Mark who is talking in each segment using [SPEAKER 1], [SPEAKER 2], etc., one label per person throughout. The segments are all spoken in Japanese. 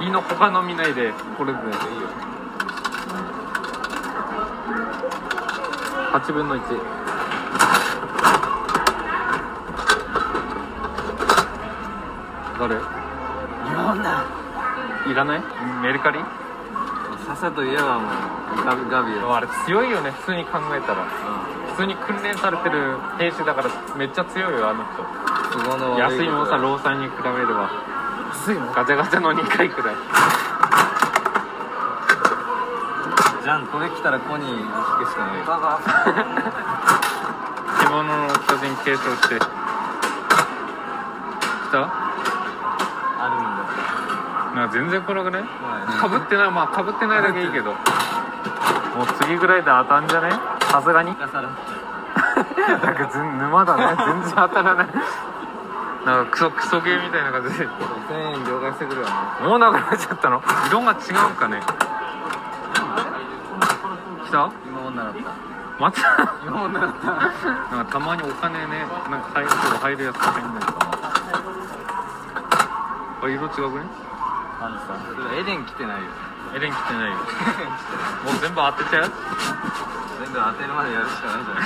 [SPEAKER 1] 胃の他の見ないでこれでいいよ8分の1誰
[SPEAKER 2] 日本だ
[SPEAKER 1] いらないメルカリ
[SPEAKER 2] さっさと言えばもうガビガビ
[SPEAKER 1] で
[SPEAKER 2] よ、
[SPEAKER 1] もあれ強いよね普通に考えたら
[SPEAKER 2] う
[SPEAKER 1] 普通に訓練されてる兵士だからめっちゃ強いよあの人
[SPEAKER 2] ん、都合の悪
[SPEAKER 1] 安いもんさ
[SPEAKER 2] こと
[SPEAKER 1] 労災に比べれば
[SPEAKER 2] 安いもん
[SPEAKER 1] ガチャガチャの2回くらい
[SPEAKER 2] じゃんこれ来たらコニーに引くしかないよ
[SPEAKER 1] 着物の巨人継承して来た
[SPEAKER 2] あ
[SPEAKER 1] なんか全然来なくない
[SPEAKER 2] るんだ
[SPEAKER 1] かぶってないまあかぶってないだけいいけどもう次ぐらいで当たんじゃねさすがに
[SPEAKER 2] かさら
[SPEAKER 1] なんか全沼だね 全然当たらないなんかクソクソゲーみたいな感じで
[SPEAKER 2] 5000円両替してくるわね
[SPEAKER 1] もうなくなっちゃったの色が違うんかね来た
[SPEAKER 2] 今女だった
[SPEAKER 1] また
[SPEAKER 2] 今女だった
[SPEAKER 1] なんかたまにお金ねなんか入るとこ入るやつ入んないかなあ色違くね
[SPEAKER 2] あのさエデン来てないよ
[SPEAKER 1] エレン来て ないよ
[SPEAKER 2] エデン来てない
[SPEAKER 1] もう全部当てちゃう
[SPEAKER 2] 全部当てるまでやるしかないじゃない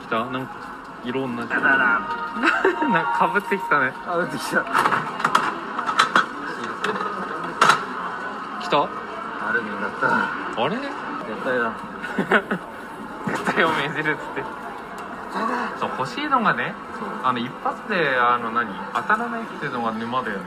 [SPEAKER 1] 来たなんか色 同じ
[SPEAKER 2] だから
[SPEAKER 1] なんかかぶってきたね
[SPEAKER 2] あ、打ってきた
[SPEAKER 1] 来た
[SPEAKER 2] アルミンだった
[SPEAKER 1] あれ
[SPEAKER 2] 絶対だ
[SPEAKER 1] 絶対を命じるっつってそう欲しいのがねあの一発であの何当たらないっていうのが沼だよね